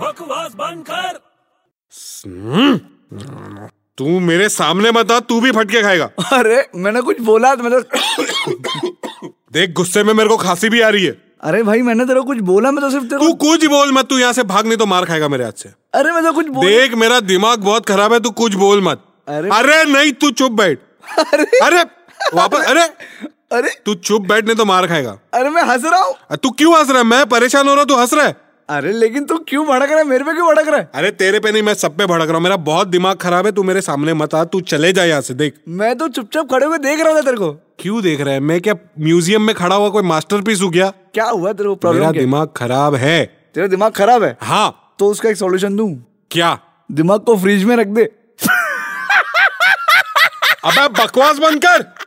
बकवास बंद कर तू मेरे सामने मत आ तू भी फटके खाएगा अरे मैंने कुछ बोला तो मैं तो देख गुस्से में मेरे को खांसी भी आ रही है अरे भाई मैंने तेरे को कुछ बोला मैं तो सिर्फ तेरे तू को कुछ बोल मत तू यहाँ से भाग नहीं तो मार खाएगा मेरे हाथ से अरे मैं तो कुछ बोल देख मेरा दिमाग बहुत खराब है तू कुछ बोल मत अरे- अरे नहीं तू चुप बैठ अरे वापस अरे अरे तू चुप बैठ नहीं तो मार खाएगा अरे मैं हंस रहा हूँ अ, तू क्यों हंस रहा है मैं परेशान हो रहा हूं, तू हंस रहा है अरे लेकिन तू क्यों भड़क रहा है मेरे पे क्यों भड़क रहा है अरे तेरे पे नहीं मैं सब पे भड़क रहा हूँ मेरा बहुत दिमाग खराब है तू मेरे सामने मत आ तू चले जा यहाँ से देख मैं तो चुपचाप खड़े हुए देख रहा था तेरे को क्यों देख रहा है मैं क्या म्यूजियम में खड़ा हुआ कोई मास्टरपीस हो गया क्या हुआ तेरे को मेरा प्रॉब्लम क्या है? दिमाग खराब है तेरा दिमाग खराब है हाँ तो उसका एक सॉल्यूशन दूं तो क्या दिमाग को फ्रिज में रख दे अबे बकवास बंद कर